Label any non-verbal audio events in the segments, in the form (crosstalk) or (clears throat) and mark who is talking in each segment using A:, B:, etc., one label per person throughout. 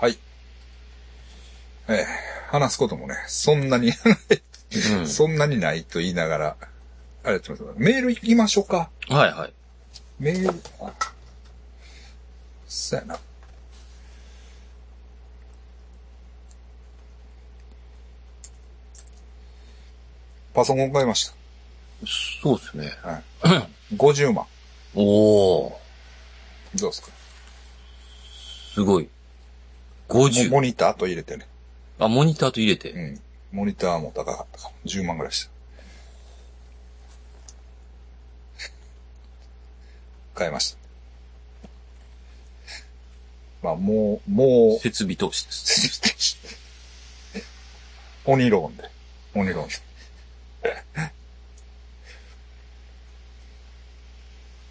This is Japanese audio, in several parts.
A: はい。えー話すこともね、そんなに、
B: う
A: (laughs) そんなにないと言いながら、あれやってます。メール行きましょうか。
B: ん。はいはい。
A: メール、あそうやな。パソコン買いまし
B: そうですね。
A: た。はい。50万。ど
B: おー、
A: うですか
B: すごい。
A: モ
B: 50。
A: モニターと入れてね。
B: あ、モニターと入れ
A: う
B: て。
A: ん。モニターも高かったかも。10万ぐらいした。買いました。まあ、もう、もう、 (laughs)
B: 設備投資です。
A: 鬼ローンで。鬼ローンで。 (laughs)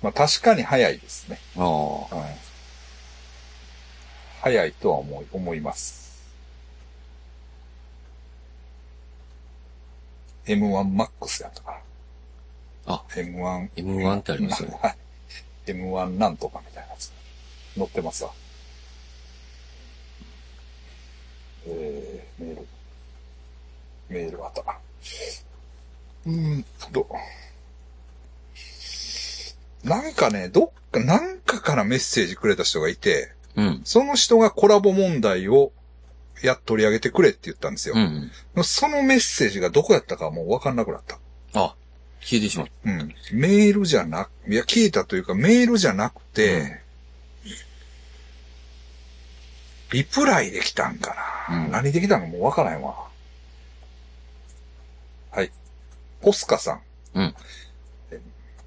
A: まあ、確かに早いですね。
B: ああ。
A: うん早いとは思い、思います。M1MAX やったかな。
B: あ
A: M1。
B: M1 ってありますよ
A: (laughs)
B: ね
A: はい。M1 なんとかみたいなやつ。載ってますわ。えー、メール。メールあった。うーんと。なんかね、どっか、なんかからメッセージくれた人がいて、
B: うん。
A: その人がコラボ問題をや、取り上げてくれって言ったんですよ
B: う。ん。
A: そのメッセージがどこやったかはもうわかんなくなった。
B: あ、消えてしまった。
A: うん。メールじゃな、いや、聞いたというかメールじゃなくて、リプライできたんかな。
B: うん
A: 何できたのかもうわからへんわ。はい。ポスカさん。
B: うん。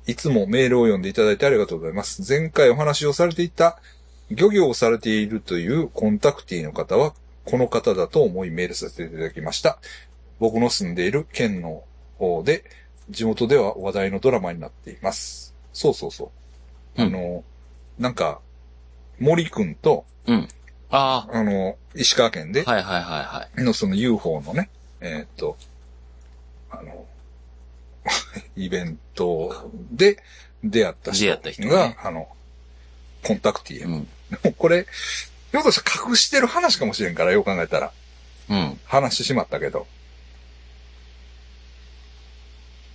A: いつもメールを読んでいただいてありがとうございます。前回お話をされていた、漁業をされているというコンタクティの方は、この方だと思いメールさせていただきました。僕の住んでいる県の方で、地元では話題のドラマになっています。そうそうそう。
B: うん
A: あの、なんか、森くんと、
B: うん。あ
A: あの、石川県で
B: あ。、はいはいはいはい。
A: のその UFO のね、えーっと、あの、 (laughs) イベントで出会った人
B: 出
A: が、
B: 会った人ね
A: あの、コンタクティーや。
B: うん。
A: もうこれ、ひょっとしたら隠してる話かもしれんから、よう考えたら。
B: うん。
A: 話してしまったけど。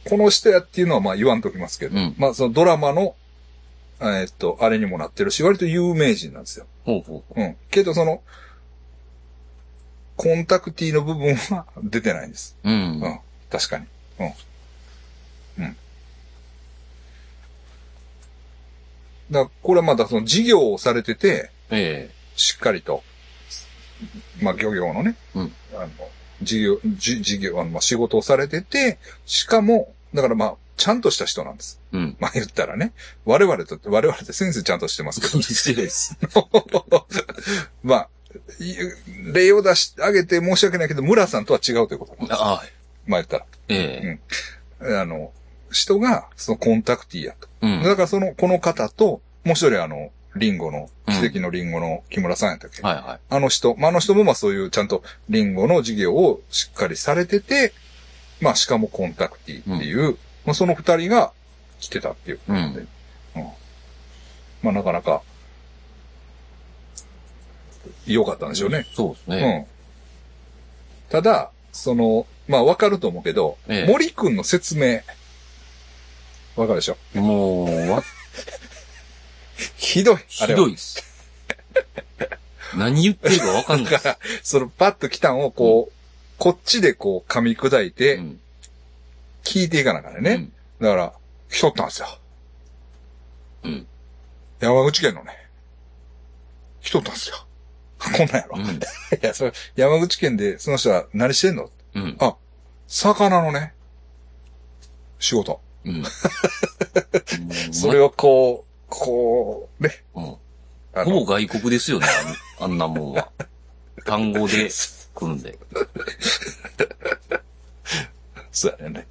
A: この人やっていうのはまあ言わんときますけど、
B: うん
A: まあそのドラマの、えーっと、あれにもなってるし、割と有名人なんですよ。
B: ほうほうほ
A: うん。けどその、コンタクティの部分は (laughs) 出てないんです。
B: う。うん
A: う。ん。確かに。うん。うん。だからこれはまだその事業をされてて、
B: ええ。
A: しっかりと、まあ漁業のね、
B: うん
A: あの、事業、じ事業、あの、まあ仕事をされてて、しかも、だからまあ、ちゃんとした人なんです。
B: うん。
A: まあ言ったらね、我々と、我々って先生ちゃんとしてますけど、
B: 失礼 (laughs) です。
A: (laughs) まあ、い例を出し、あげて申し訳ないけど、村さんとは違うということなんです。
B: ああ、
A: まあ言ったら。
B: え
A: あの、人が、そのコンタクティーやと。
B: え。うん。
A: だからその、この方と、もう一人あの、リンゴの、奇跡のリンゴの木村さんやったっけ、
B: はいはい。
A: あの人、まあ、あの人もまあそういうちゃんとリンゴの事業をしっかりされてて、まあしかもコンタクティーっていう、まあその二人が来てたっていうことで、
B: うん
A: まあなかなか良かったんでしょうね。
B: そうです
A: う
B: ね。
A: ん。ただ、その、まあわかると思うけど、
B: ええ
A: 森くんの説明、わかるでしょ
B: もう、わ、
A: ひどい。あ
B: ひ
A: れは
B: どいです。何言ってるかわかんない
A: だ
B: で
A: か
B: す。
A: ら、 (laughs) そのパッと来たんをこう、こっちでこう噛み砕いて、
B: うん
A: 聞いていかなあからね。だから、来とったんですよ。
B: うん。
A: 山口県のね、来とったんですよ。こんなんやろ。
B: う
A: い
B: ん。
A: や、それ、山口県でその人は何してんの
B: うん。
A: 魚のね、仕事。
B: うん。
A: (laughs) それをこう、こう、ね、
B: うん。
A: あ
B: ほぼ
A: の、
B: 外国ですよね、あん (laughs) あんなもんは。単語で来るんで。
A: そうやねんね。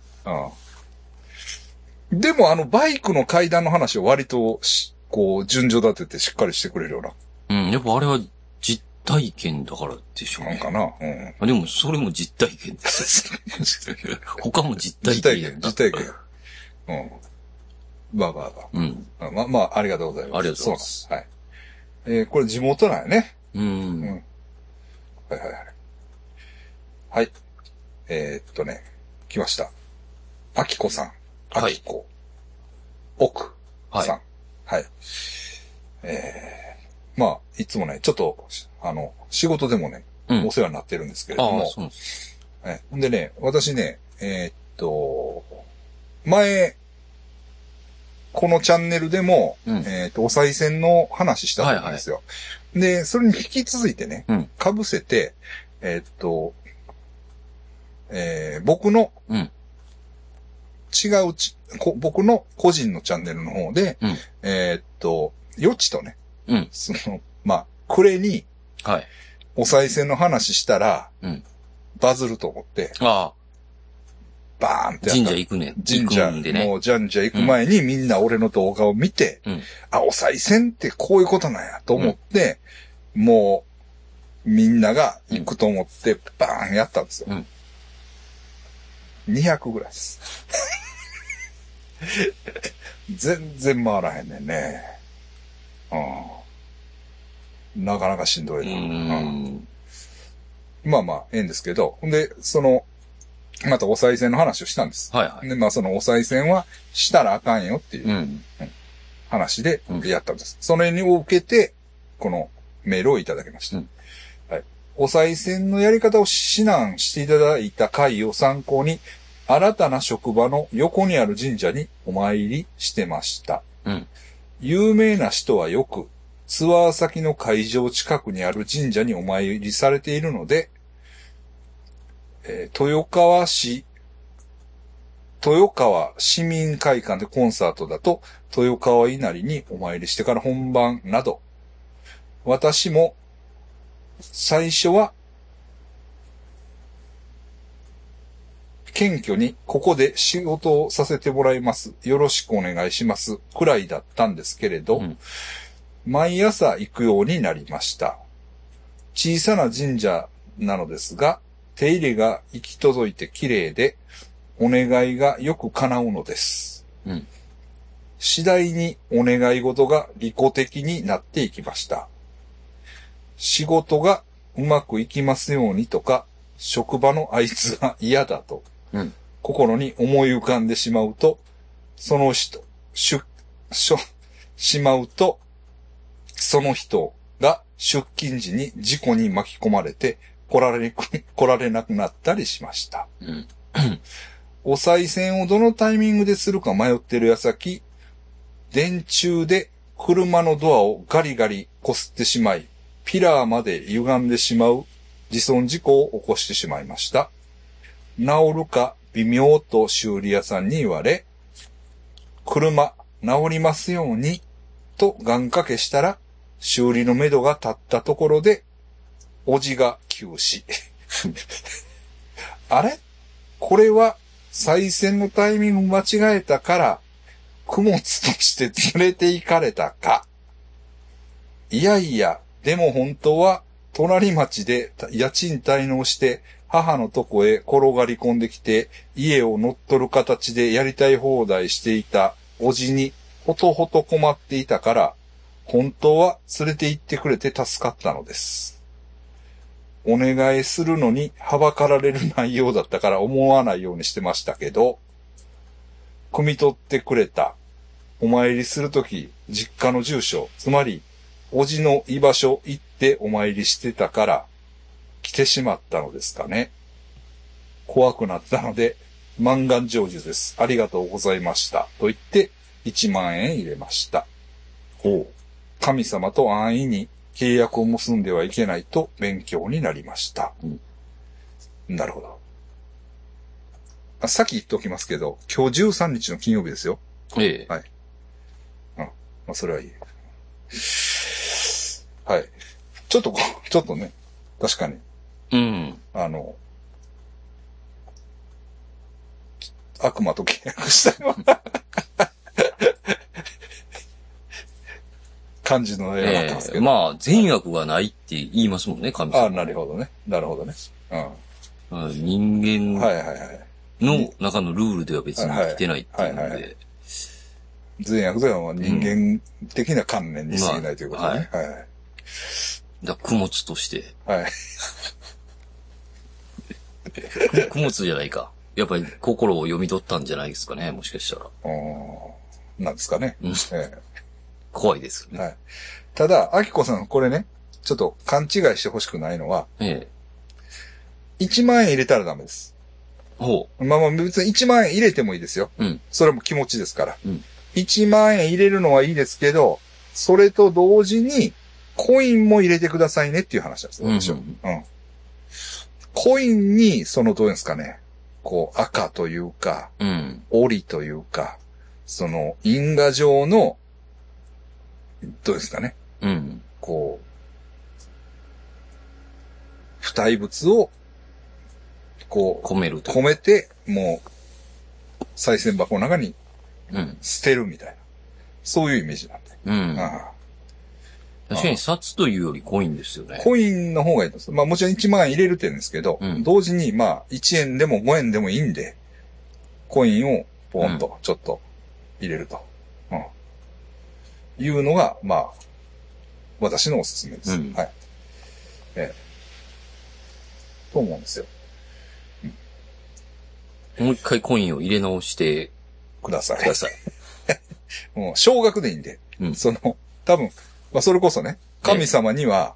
A: うん。でもあのバイクの階段の話を割とし、こう、順序立ててしっかりしてくれるような
B: うん、やっぱあれは実体験だからでしょう
A: なん
B: ね。
A: かな。 (laughs) うん。
B: あでも、それも実体験ですよ。他も実体
A: 自体験
B: 験、だ
A: 自
B: った。
A: 体験。うん。バーバーバー。
B: うん。
A: あまあ、まあ、ありがとうございます。
B: ありがとうございます
A: そうなんです。はい。えーこれ地元なんやね。
B: うん。
A: はいはいはい。はい。えーっとね、来ました。あきこさん。あ
B: はい
A: きこ。奥
B: はい
A: さ。ん。はい。えー、まあ、いつもね、ちょっと、あの、仕事でもね、
B: うん
A: お。世話になってるんですけれ
B: あ
A: ど
B: あ、
A: も
B: そう、なんです。
A: えほんでね、私ね、えーっと、前、このチャンネルでも、
B: うん
A: えーっと、お賽銭の話したと思うんですよ。で、それに引き続いてね
B: うん、
A: 被せて、えーっと、えー僕の、
B: うん
A: 違うちこ、僕の個人のチャンネルの方で、
B: うん
A: えーっと、余地とね、
B: うん
A: その、まあ、暮れに
B: はい。
A: お賽銭の話したら、
B: うん
A: バズると思って、
B: あ
A: バーンっ
B: あ、
A: てやっ
B: 神
A: た
B: 社行くね。
A: 神社、
B: 行くんでね。
A: もうじゃんじゃ行く前にみんな俺の動画を見て、
B: うん
A: あ、お賽銭ってこういうことなんやと思って、もう、みんなが行くと思って、バーンやったんですよ。
B: うん
A: 200ぐらいです。全然回らへんねんね。うん。なかなかしんど
B: う
A: いな。
B: ー
A: うん
B: ん。
A: まあまあ、ええんですけど。ほんで、その、またお賽銭の話をしたんです。
B: はいはい。。
A: で、まあそのお賽銭はしたらあかんよっていううん話で
B: うん
A: やったんです。それを受けて、このメールをいただきました。
B: うん
A: はい。お賽銭のやり方を指南していただいた回を参考に、新たな職場の横にある神社にお参りしてました。
B: うん
A: 有名な人はよく、ツアー先の会場近くにある神社にお参りされているので、えー豊川市、豊川市民会館でコンサートだと、豊川稲荷にお参りしてから本番など、私も最初は、謙虚にここで仕事をさせてもらいます。よろしくお願いします。くらいだったんですけれど、
B: うん
A: 毎朝行くようになりました。小さな神社なのですが、手入れが行き届いて綺麗で、お願いがよく叶うのです。
B: うん
A: 次第にお願い事が利己的になっていきました。仕事がうまくいきますようにとか、職場のあいつが嫌だと、
B: うん
A: 心に思い浮かんでしまうと、その人、しゅ、しょ、しまうと、その人が出勤時に事故に巻き込まれて来られく、来られなくなったりしました。
B: うん。
A: お賽銭をどのタイミングでするか迷ってる矢先、電柱で車のドアをガリガリ擦ってしまい、ピラーまで歪んでしまう自損事故を起こしてしまいました。治るか微妙と修理屋さんに言われ、車治りますようにと願掛けしたら、修理のめどが立ったところで、おじが急死。 (laughs) あれこれは、再選のタイミングを間違えたから、供物として連れて行かれたか。いやいや、でも本当は、隣町で家賃滞納して、母のとこへ転がり込んできて、家を乗っ取る形でやりたい放題していたおじに、ほとほと困っていたから、本当は連れて行ってくれて助かったのです。お願いするのにはばかられる内容だったから思わないようにしてましたけど、汲み取ってくれた。お参りするとき、実家の住所、つまり、おじの居場所行ってお参りしてたから、来てしまったのですかね。怖くなったので、満願成就です。ありがとうございました。と言って、1万円入れました。
B: ほ
A: 神様と安易に契約を結んではいけないと勉強になりました。
B: うん
A: なるほど。あさっき言っておきますけど、今日13日の金曜日ですよ。
B: う。ええ。
A: まあ、それはいい。はい。ちょっとこう、ちょっとね、確かに、
B: うん。
A: あの、悪魔と契約したような感じの絵になって
B: え
A: ますけ
B: え。
A: ど。
B: まあ、善悪がないって言いますもんね、神
A: ああ、
B: 様。
A: なるほどね。なるほどね。うん。
B: うん人
A: は
B: 間
A: いはいはい。
B: の中のルールでは別に来てないってい
A: はい
B: うの
A: はいは
B: で。
A: 善悪というのは人間的な観念に過ぎないということね。はい。 (laughs)
B: だから供物として
A: はい。
B: 供物じゃないか。やっぱり心を読み取ったんじゃないですかね、もしかしたら。
A: あーなんですかね。
B: うん
A: ええ
B: 怖いですよね。
A: はい。ただ、アキコさん、これね、ちょっと勘違いしてほしくないのは、
B: ええ。
A: 1万円入れたらダメです。
B: ほ
A: まあまあ別に1万円入れてもいいですよ。
B: うん
A: それも気持ちですから。
B: うん
A: 1万円入れるのはいいですけど、それと同時に、コインも入れてくださいねっていう話なんですよ。
B: う。うん
A: 私はうん。コインに、その、どうですかね。こう、赤というか、
B: うん。
A: 檻というか、その、因果状の、どうですかね。
B: うん。
A: こう、不体物を、こ
B: 込める
A: う、
B: と。
A: 込めて、もう、再銭箱の中に
B: うん。
A: 捨てるみたいな。そういうイメージなんで。
B: うん。
A: あ
B: 確かに札というよりコインですよ
A: あ
B: ね。
A: コインの方がいいです。まあもちろん1万円入れるって言うんですけど、
B: うん
A: 同時にまあ1円でも5円でもいいんで、コインをポンとちょっと入れると。うんいうのが、まあ、私のおすすめです。
B: うん
A: はい。ええ。と思うんですよ。
B: もう一回コインを入れ直して
A: ください
B: く。ださい。
A: (laughs) もう、少額でいいんで。
B: うん
A: その、多分、まあ、それこそね、神様には、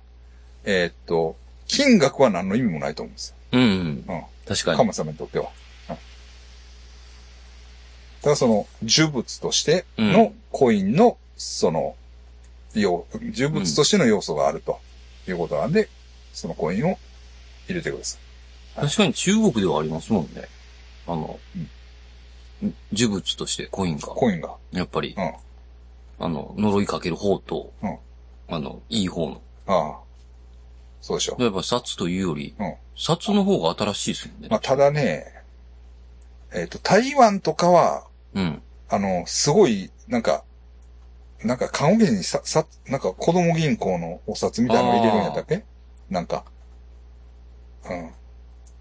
A: えーっと、金額は何の意味もないと思うんです
B: うんうん。
A: よ。うん。
B: 確かに。
A: 神様にとっては。うんだからその、呪物として
B: う
A: の
B: ん
A: コインの、その、要、呪物としての要素があるということなんで、そのコインを入れてください。
B: 確かに中国ではありますもんね。あの、呪物としてコインが。
A: コインが。
B: やっぱり
A: う、ん。あ
B: あの、呪いかける方と
A: うん、
B: あの、いい方の。
A: あ。そうでしょう。
B: やっぱ札というより
A: うん、
B: 札の方が新しいですもんね
A: まあ、。ただね、えっ、と、台湾とかは、
B: うん。
A: あの、すごい、なんか、なんか、看護にさ、さ、なんか、子供銀行のお札みたいなの入れるんやったっけなんか、うん。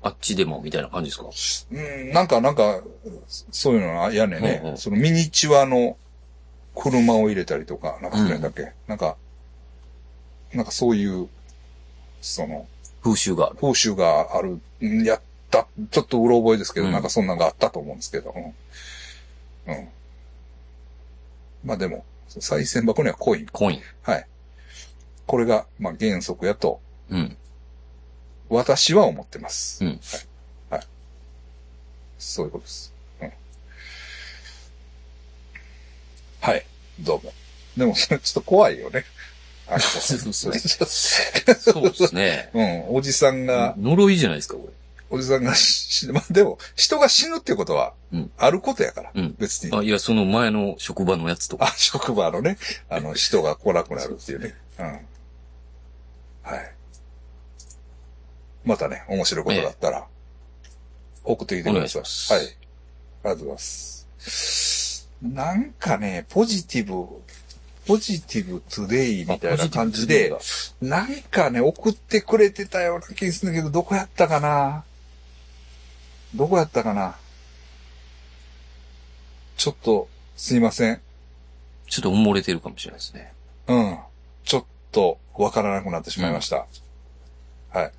B: あっちでもみたいな感じですか
A: うん、なんか、なんか、そそういうのやねんね、
B: うんうん
A: そのミニチュアの車を入れたりとか、なんか、それだっけ、なんか、なんかそういう、その、
B: 風習がある。
A: 風習がある、んやった、ちょっとうろ覚えですけど、
B: うん
A: なんかそんなんがあったと思うんですけど、うん。うん。まあでも、再選箱にはコイン。
B: コイン。
A: はい。これが、まあ原則やと、
B: うん。
A: 私は思ってます。
B: うん
A: はい。はい。そういうことです。うん。はい。どうも。でも、そ (laughs) れちょっと怖いよね。あ、そう
B: そう
A: う。。
B: でそうですね
A: (laughs) うん、おじさんが、
B: 呪いじゃないですか、こ
A: おじさんが死ぬ。まあでも、人が死ぬってことは
B: うん、
A: あることやから。
B: うん
A: 別に。
B: れ。あ、いや、その前の職場のやつとか。
A: あ、職場のね、あの、人が来なくなるっていうね。うん。はい。またね、面白いことだったら、送ってきてください。
B: お願いします
A: はい。ありがとうございます。なんかね、ポジティブ、ポジティブトゥデイみたいな感じで
B: あ、。ポ
A: なんかね、送ってくれてたような気がするんだけど、どこやったかなどこやったかなちょっと、すいません。
B: ジティブちょっと埋もれてるかもしれないですね。
A: うん。ちょっと、わからなくなってしまいました。はい。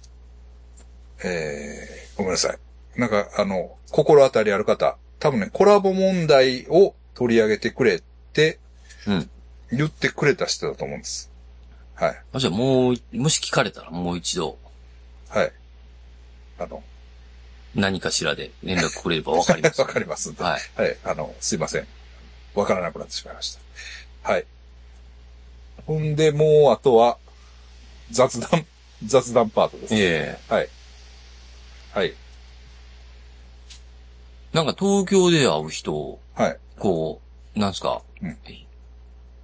A: えー、ごめんなさい。なんか、あの、心当たりある方、多分ね、コラボ問題を取り上げてくれって、
B: うん
A: 言ってくれた人だと思うんです。はい。
B: あ、じゃあもう、もし聞かれたらもう一度、
A: はい。あの、
B: 何かしらで連絡くれればわかります。
A: (laughs) わかりますんで。
B: はい。
A: はい、あの、すいません。わからなくなってしまいました。はい。ほんで、もう、あとは、雑談、雑談パートです。
B: ええ
A: はい。はい。
B: なんか東京で会う人、
A: はい。
B: こう、なんすか、
A: うん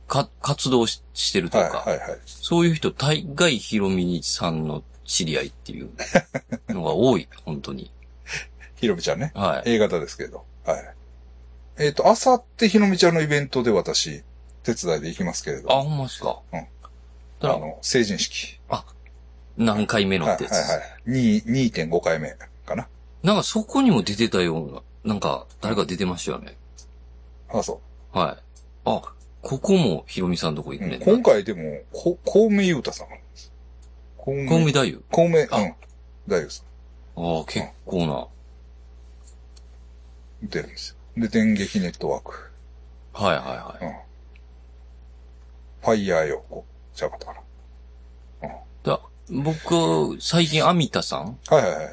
B: か、活動ししてると
A: はい。
B: いうか、
A: はい。はい。
B: そういう人、大概ひろみさんの知り合いっ
A: (laughs)
B: ていうのが多い、本当に。
A: ひろみちゃんね。
B: はい。
A: A 型ですけど。はい。えっ、と、あさってひろみちゃんのイベントで私、手伝いで行きますけれ
B: あ、
A: ど。
B: ほんまですか。
A: うんあ
B: ただ
A: の、成人式。
B: 何回目の
A: は
B: っ
A: い。
B: て
A: は
B: や
A: い。
B: つ。
A: はい。に2.5回目かな。
B: なんかそこにも出てたような、なんか誰か出てましたよね。
A: あ、そ
B: はい。あ、ここもひろみさんのとこ行
A: う。う
B: く
A: ん
B: ね。
A: 今回でも、こ、小梅優太さんなんです。小
B: コンビ太夫。
A: 小梅、うん
B: あ。
A: 大丈夫です。
B: ああ、結構な。
A: 出るんですよ。で、電撃ネットワーク。
B: はいは
A: う
B: い
A: ん
B: はい。
A: ファイヤー用語。ちゃうかったか
B: だ僕、最近、アミタさん
A: な。はいはいはい。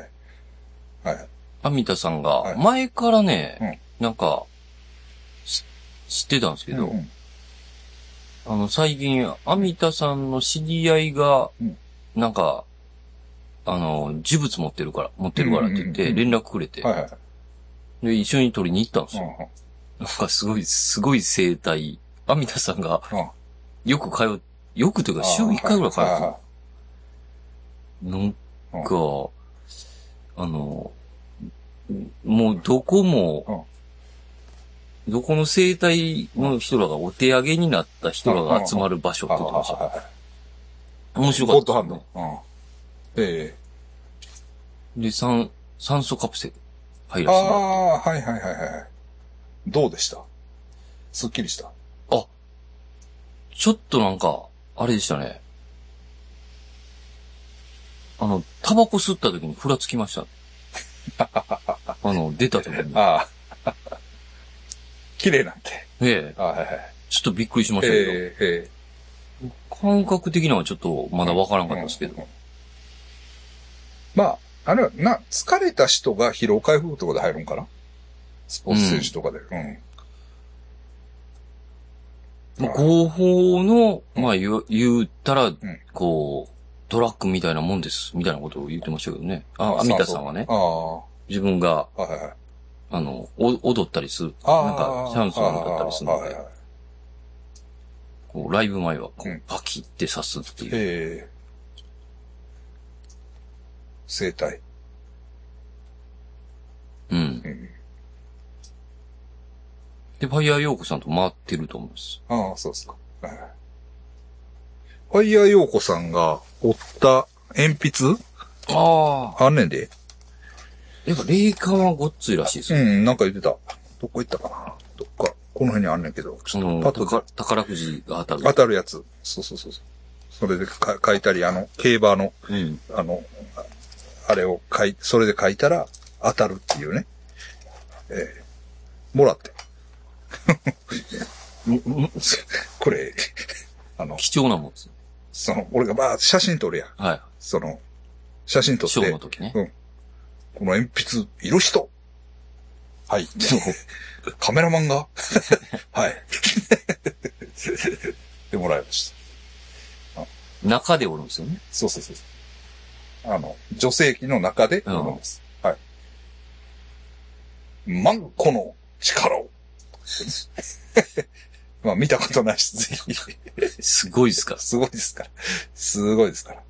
A: はいはい。
B: アミタさん
A: は
B: が、
A: い
B: 前からね、なんか、し知ってたんですけど、
A: うんうん
B: あの、最近、アミタさんの知り合いが
A: うん、
B: なんか、あの、呪物持ってるから、持ってるからって言っ
A: うんう
B: て、
A: んうんう
B: 連絡くれて、
A: はいはいはい。
B: で、一緒に取りに行ったんです
A: うん
B: よ。
A: うん
B: なんかすごい、すごい生態。アミタさんが、よく通う、よくというか週1回ぐらい通っ
A: はいはい
B: て
A: は
B: るなんか、あの、もうどこも、どこの生態の人らがお手上げになった人らが集まる場所って言ってまし
A: いはいはい
B: た。面白か
A: ゴ
B: っ
A: ッドハ
B: た
A: ン
B: です
A: ド
B: ね。。
A: うん。え
B: で、酸、酸素カプセル入
A: え。
B: らせてもらっ
A: ああ、はいはいはいはい。どうでしたすっきりした。
B: てちょっとなんか、あれでしたね。あの、タバコ吸った時にふらつきました。
A: (laughs)
B: あの、出た時に。え
A: ああ。 (laughs) 綺麗なんて。
B: え、
A: ああはいはい。
B: ちょっとびっくりしま
A: え
B: したけど。
A: え、ええ。
B: 感覚的なのはちょっとまだわからんかったですけど。
A: うん。まあ、あれは、な、疲れた人が疲労回復とかで入るんかなスポーツ選手とかで。うん。うん
B: まあ合法の、まあ言う言ったら、こう、ドラッグみたいなもんです、みたいなことを言ってましたけどね。あ、アミタさんはね、
A: ああ、は
B: 自分が、
A: いはいはい。
B: あの、お踊ったりする。
A: ああ。
B: なんか、シャンソンだったりするの
A: はい
B: で
A: はい、はい
B: こう、ライブ前は、こ
A: うん
B: う、パキって刺すっていう。
A: ええ。生体。
B: うん。
A: うん。
B: で、ファイヤーヨーコさんと回ってると思うんです。
A: ああ、そうですか。はいはいファイヤー陽子さんが折った鉛筆
B: ああ。
A: あんねんで。
B: やっぱ霊感はごっついらしいです
A: う
B: よ。
A: ん、なんか言ってた。どこ行ったかなどっか、この辺にあんねんけど。
B: その、
A: パッと
B: 宝宝くじが当た
A: 当
B: る。
A: たるやつ。そうそうそうそう。それでか書いたり、あの、競馬の、
B: うん。
A: あの、ああれを書い、それで書いたら当たるっていうね。ええもらって。これ、あの、
B: 貴重なもんですよ。
A: その、俺がばーって写真撮るやん。
B: はい。
A: その、写真撮っ
B: ショーの
A: て、
B: 時ね。
A: この鉛筆、いる人はい。カメラマンが (laughs) はい。 (laughs) でもらいました。
B: 中でおるんですよね。
A: そうそうそうそう。あの、女性器の中で、
B: うん
A: です。はい。マンコの力を。 (laughs) まあ見たことないし、ぜひ。
B: すごいっすか。
A: すごいですから。すごいですから。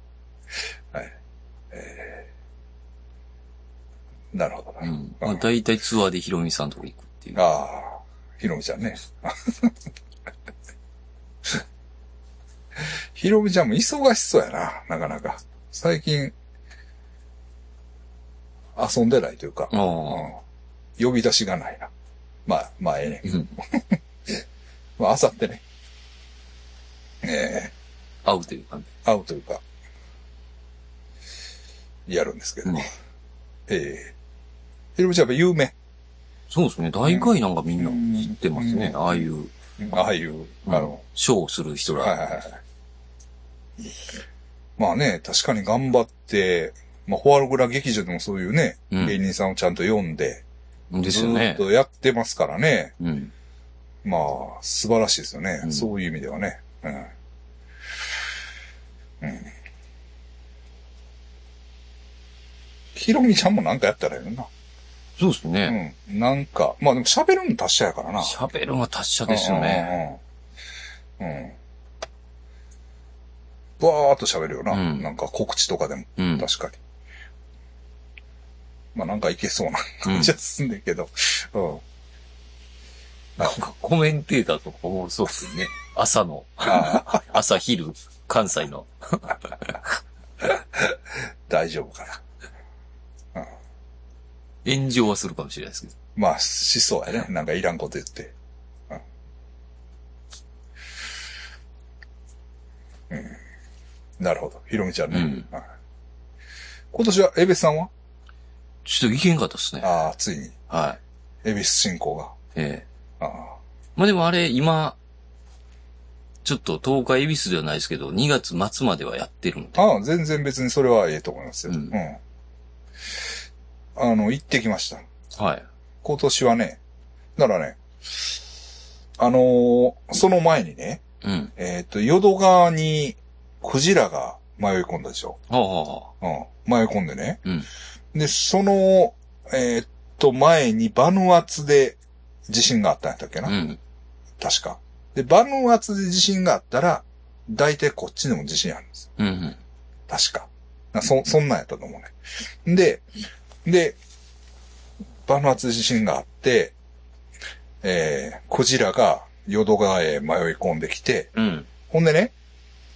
A: はい。えーなるほどな。
B: うん。まあ、大体ツアーでヒロミさんとこ行くっていう。
A: ああ、ひろみちゃんね。 (laughs) ひろみちゃんも忙しそうやな、なかなか。最近、遊んでないというか、
B: あ
A: う
B: あ。
A: ん呼び出しがないな。まあ、まあ、ええね。
B: うん。
A: (laughs) まあ、あさってね。ええ
B: 合うという感じ。
A: 会うというか、やるんですけど。
B: うん
A: ええひろみちゃんは有名。
B: そうですね。大概なんかみんな
A: うん
B: 知ってますね
A: う。ん
B: ああいう、
A: ああいう、あの、
B: ショーをする人
A: はいはい
B: ら。
A: はい。まあね、確かに頑張って、まあ、フォアログラ劇場でもそういうね、
B: うん
A: 芸人さんをちゃんと読んで、
B: です
A: ず
B: よ
A: ーっ
B: ね。
A: とやってますからね。
B: うん。
A: まあ、素晴らしいですよね。
B: うん
A: そういう意味ではね。うん。うん。ひろみちゃんもなんかやったらいいな。
B: そうです
A: う
B: ね。
A: ん。なんか、まあでも喋るの達者やからな。
B: 喋るのは達者ですよね。
A: うんうんうん。うん。バーっと喋るよな。
B: うん
A: なんか告知とかでも、
B: うん。
A: 確かに。まあなんかいけそうな
B: うん
A: 感じはすんだけど。うん。
B: なんかコメンテーターとかおもろそうですよ
A: (laughs)
B: ね。朝の、
A: ああ、
B: (laughs) 朝昼、関西の。
A: 大丈夫かな。うん。
B: 炎上はするかもしれないですけど。
A: まあ、しそうやね。なんかいらんこと言って。うん。うんなるほど。ひろみちゃんね。
B: うん
A: はい今年は、エベさんは
B: ちょっと行けんかったですね。
A: ああ、ついに、
B: はい。
A: エビス進行が。
B: ええ。
A: ああ、
B: まあでもあれ、今、ちょっと10日恵比寿ではないですけど、2月末まではやってるんで。
A: ああ全然別にそれはええと思いますよ。う。
B: うんん
A: あの、行ってきました。
B: はい。
A: 今年はね、だからね、あのーその前にね、
B: うん。
A: えっ、と、淀川にクジラが迷い込んだでしょ。
B: はあ、はあ、
A: うん。迷い込んでね。
B: うん
A: で、その、えーっと、前にバヌアツで地震があったんやったっけな、
B: うん。
A: 確か。で、バヌアツで地震があったら、大体こっちでも地震あるんですよ。
B: うんうん。
A: 確か。なそ、そんなんやったと思うね。で、で、バヌアツ地震があって、えー、クジラが淀川へ迷い込んできて、
B: うん。
A: ほんでね、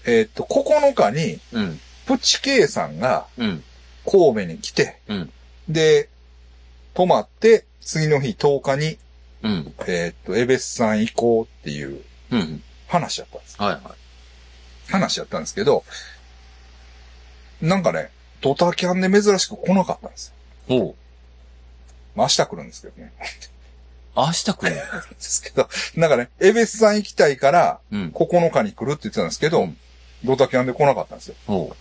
A: えーっと、9日に、
B: うん。
A: プチケイさんが、
B: うん。
A: 神戸に来て、
B: うん
A: で、泊まって、次の日10日に、
B: うん。
A: えーっと、エベスさん行こうっていう
B: うん。
A: 話やったんです。
B: はいは
A: 話やったんですけど、なんかね、ドタキャンで珍しく来なかったんですよ。
B: い。おう。
A: まあ、明日来るんですけどね。 (laughs)
B: 明日来る
A: ですけど、なんかね、エベスさん行きたいから、
B: のうん。
A: 9日に来るって言ってたんですけど、ドタキャンで来なかったんですよ。
B: おう。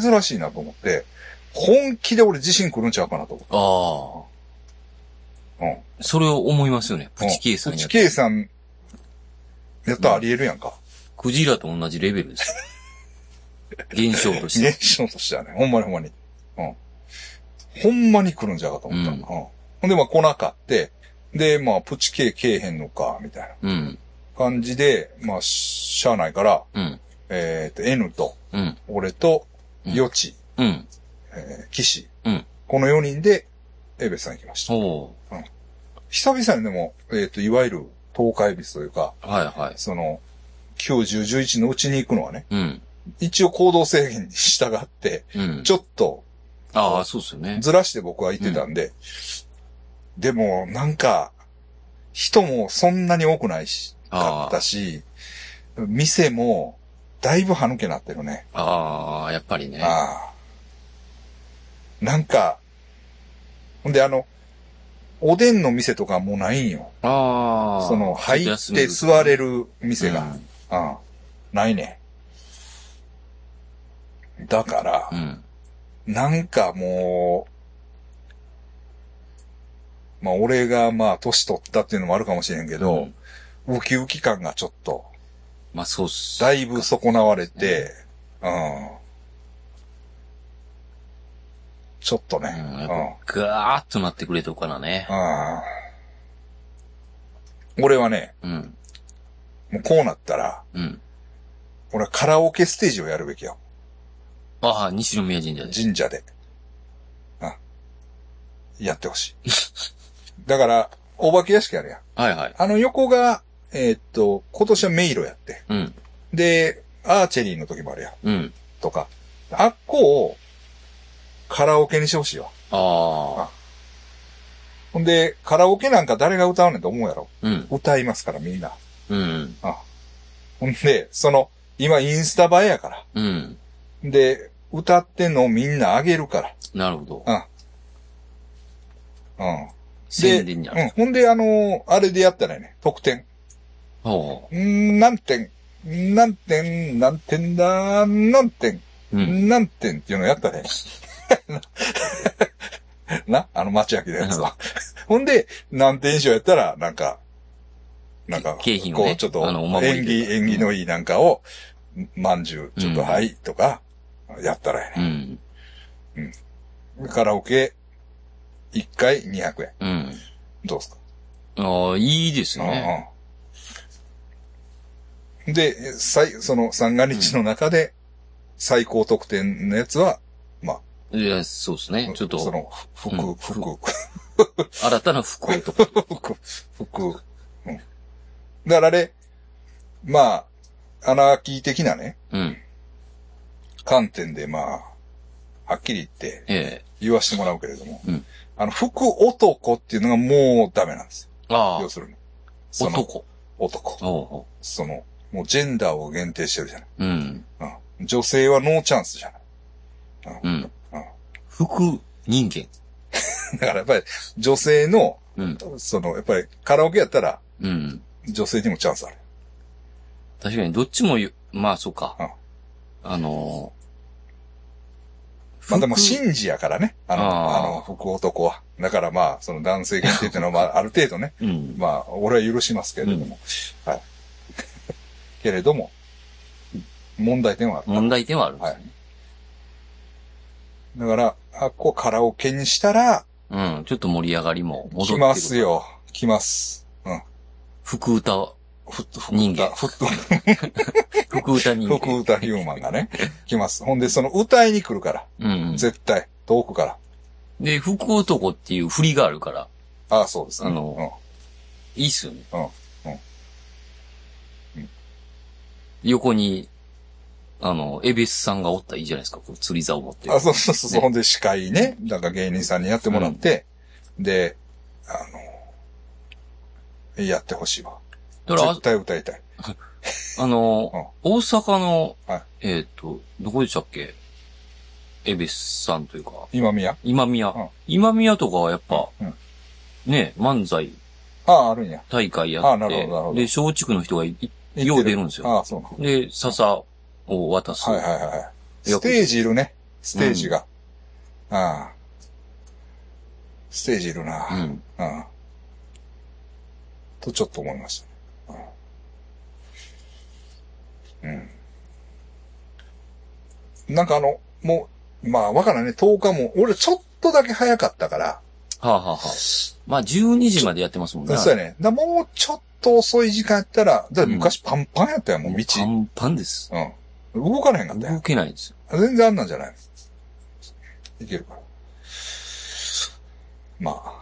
A: 珍しいなと思って、本気で俺自身来るんちゃうかなと思って。
B: あ
A: うん。
B: あ。それを思いますよね。プチケイさん
A: プ
B: や
A: チ
B: っ
A: ケイさん、やったらありえるやんか。
B: クジラと同じレベルですよ。現象として。
A: 現象としてはね、ほんまにほんまに。うん。ほんまに来るんじゃなかと思った。う
B: うん
A: ん。ほんで、まあ来なかって、で、まあ、プチケイけえへんのか、みたいな
B: うん。
A: 感じで、まあ、しゃあないから、
B: うん。
A: えっ、と、N と、
B: うん。
A: 俺と、
B: うん
A: よち、
B: うん。
A: えー、岸、
B: うん
A: この4人で、エベさん行きました。
B: おう。
A: 久々にでも、えっ、と、いわゆる、東海ビスというか、
B: はいはい。
A: その、90、11のうちに行くのはね、
B: うん。
A: 一応行動制限に従って、
B: うん。
A: ちょっと
B: ああ、そうっすよね。
A: ずらして僕は行ってたんで、でもなんか、人もそんなに多くないし、か
B: あ
A: っ
B: あ
A: たし、店もだいぶ歯抜けなってるね。。
B: ああ、やっぱりね。
A: ああなんか、ほんであの、おでんの店とかもうないんよ。
B: ああ。
A: その、入って座れる店が。ああないね。だから、
B: うん。
A: なんかもう、まあ俺がまあ年取ったっていうのもあるかもしれんけど、
B: ん
A: ウキウキ感がちょっと、
B: まあそうっす。
A: だいぶ損なわれて、うん。ちょっと
B: うん。
A: ね、
B: やっぱガーッとなってくれとかなね
A: う。ん。うん俺はね、
B: うん。
A: もうこうなったら、
B: うん。
A: 俺はカラオケステージをやるべきよ。
B: ああ、西宮神社で。
A: 神社で。うん。やってほしい。だから、お化け屋敷あるやん。
B: はいはい。
A: あの横が、えーっと、今年は迷路やって。
B: うん。
A: で、アーチェリーの時もあるやん。
B: うん。
A: とか。あっこを、カラオケにしてほしいわ。
B: ああ。
A: ほんで、カラオケなんか誰が歌うねんと思うやろ。
B: うん。
A: 歌いますからみんな。
B: うん。
A: ほんで、その、今インスタ映えやか
B: うん。
A: ら。で、歌ってんのをみんなあげるか
B: なるほど。
A: ら。うん。
B: 宣伝にな
A: う
B: る。
A: ん。ほんで、あのーあれでやったらね、得点。
B: ほ
A: んー何点何点何点だ何点
B: う。うん。
A: 何点っていうのやったね。 (laughs) な、あの町焼きのやつは。ほんで、何点以上やったら、なんか、なんか、
B: 景品をね
A: こう、ちょっと
B: あのお、守り
A: 縁
B: で
A: 起、縁起のいいなんかを、まんじゅう、ちょっと、
B: うん
A: はい、とか、やったらや
B: う
A: ね。
B: ん。
A: カラオケ、1回200円。
B: うん。
A: どうですか
B: ああ、いいですね。
A: うんうんで、最、その三が日の中で、最高得点のやつは、
B: いや、そうですね。ちょ
A: そ
B: っと、
A: の、ふ
B: う
A: 服、
B: ん
A: 服、
B: 新たな服をと。
A: (laughs) 服、服。うん。だからあれ、まあ、アナーキー的なね、
B: うん。
A: 観点でまあ、はっきり言って
B: ええ。
A: 言わしてもらうけれども、
B: うん
A: あの、服男っていうのがもうダメなんです
B: あ
A: よ。
B: あ
A: 要、するに。その
B: 男。
A: 男。
B: おうお
A: その、もうジェンダーを限定してるじゃない。
B: う。うん。
A: うん、女性はノーチャンスじゃない。
B: うん。服人間。
A: だからやっぱり女性の、
B: うん。
A: その、やっぱりカラオケやったら
B: うん。
A: 女性にもチャンスある。
B: 確かに、どっちもよ、まあ、そうか
A: うん。
B: あのー、
A: まあでも、
B: 服
A: 真珠やからね。あの、
B: あ
A: あ
B: ー
A: の、福男は。だからまあ、その男性限定ってい
B: (laughs)
A: うのは、まあ、ある程度ね。
B: うん。
A: まあ、俺は許しますけれども。はい。 (laughs) けれども、問題点はある。
B: 問題点はあるんですね。
A: だから、あ、こうカラオケにしたら、
B: うん。ちょっと盛り上がりも戻って
A: 来
B: くる
A: ます。よ。来ます。うん。
B: 福歌、
A: ふっと、
B: 人間
A: (laughs) ふっと、
B: 福歌人
A: ふっと、
B: 間。
A: 福歌ヒューマンがね、来ます。ほんで、その歌いに来るから。
B: うん。
A: 絶対。遠くから。
B: で、福男っていう振りがあるから、
A: ああ、そうですね。
B: あのいいっすよね。
A: うんうんうん
B: 横に、あの、エベスさんがおったらいいじゃないですか、こう釣り竿持って
A: うん。。あ、そうそうそう。
B: ね
A: ほんで、司会ね、なんか芸人さんにやってもらって、で、あの、やってほしいわ。
B: だから
A: 絶、対歌いたい。
B: あの、大阪の、
A: はい
B: えっ、と、どこでしたっけエベスさんというか、
A: 今宮
B: 今宮。
A: うん
B: 今宮とかはやっぱ、
A: うん
B: ね、漫才
A: ああ、あるんや。
B: 大会や
A: あ
B: っ
A: なるほ
B: て
A: どなるほ、ど
B: で、松竹の人がい
A: 行って
B: よう出るんですよ。
A: ああ、そうなの
B: で、笹を渡す。
A: はいはいはいはい。
B: よ
A: ス
B: く
A: テージいるね。ステージが。ああ。ステージいるな。
B: うん。
A: うん。とちょっと思いましたね。うん。うんなんかあの、もう、まあわからんね、10日も、俺ちょっとだけ早かったから、
B: はあ、はあはあ、まあ、12時までやってますもんね。
A: そうやね。だもうちょっと遅い時間やったら、だって昔パンパンやったやん、もう道。
B: パンパンです。
A: うん。動かれへんかったやん
B: 動。けないんですよ。
A: 全然あんなんじゃないいけるから。まあ。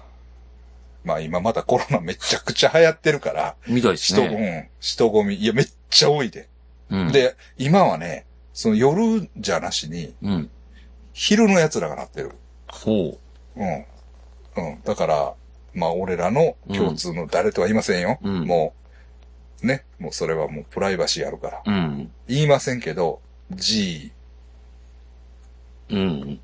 A: まあ今まだコロナめちゃくちゃ流行ってるから、
B: みたいです
A: 人、うん、
B: ね。
A: 人混み、いやめっちゃ多いで。
B: うん。
A: で、今はね、その夜じゃなしに、
B: うん。
A: 昼の奴らがなってる。
B: ほ
A: うん。うん。だから、まあ俺らの共通の誰とは言いませんよ。
B: うん
A: もう、ね、もうそれはもうプライバシーあるから。
B: う。うん。
A: 言いませんけど、G
B: うん。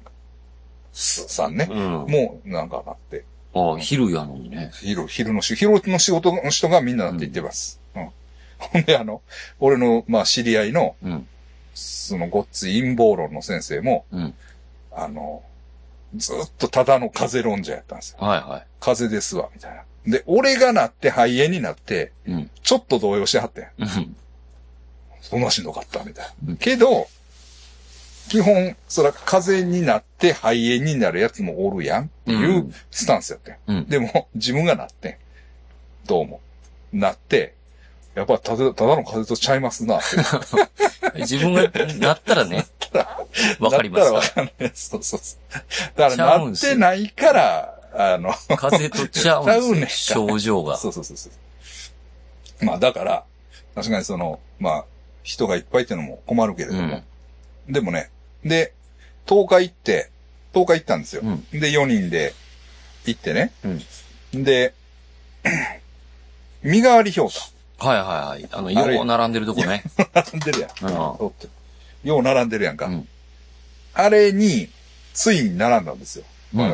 A: さんね、
B: うん。
A: もうなんかなって。
B: ああ、昼やのにね。
A: 昼、昼の仕、昼の仕事の人がみんななって言ってます。うん。ほんで、あの、俺の、まあ、知り合いの、
B: うん。
A: その、ごっつい陰謀論の先生も、
B: うん。
A: あの、ずっとただの風邪論者やったんですよ。
B: はいは
A: 風邪ですわ、みたいな。で、俺がなって肺炎になって、
B: い。うん。
A: ちょっと動揺してはってん。
B: うん。
A: そんなしんどかった、みたいな。
B: うん
A: けど、基本、そら、風邪になって肺炎になるやつもおるやんっていううんスタンスやってん。
B: うん。
A: でも、 (laughs) 自分がなってん。どうも。なって、やっぱただただの風邪とちゃいますなって。
B: 自分がなったらね、 (laughs) わかります
A: な
B: か
A: ったらわかんない。そうそうそう。だか
B: ちゃ
A: ら、
B: うん
A: なっ
B: すよ
A: てないから、あの、
B: ら。風邪とちゃうんですよ
A: ちゃうねん
B: 症状が。
A: そうそうそうそう。まあ、だから、確かにその、まあ、人がいっぱいってのも困るけれ
B: う
A: ども
B: ん。。
A: でもね、で、10日行って、10日行ったんですよ。
B: うん。
A: で、4人で行ってね。で、 (clears throat) 身代わり評価。
B: はいはいはい。あの、
A: あれ
B: よう並んでるとこね。
A: 並んでるやん。
B: うん。は
A: おってよう並んでるやんか。
B: うん
A: あれに、ついに並んだんですよ。
B: うん
A: 我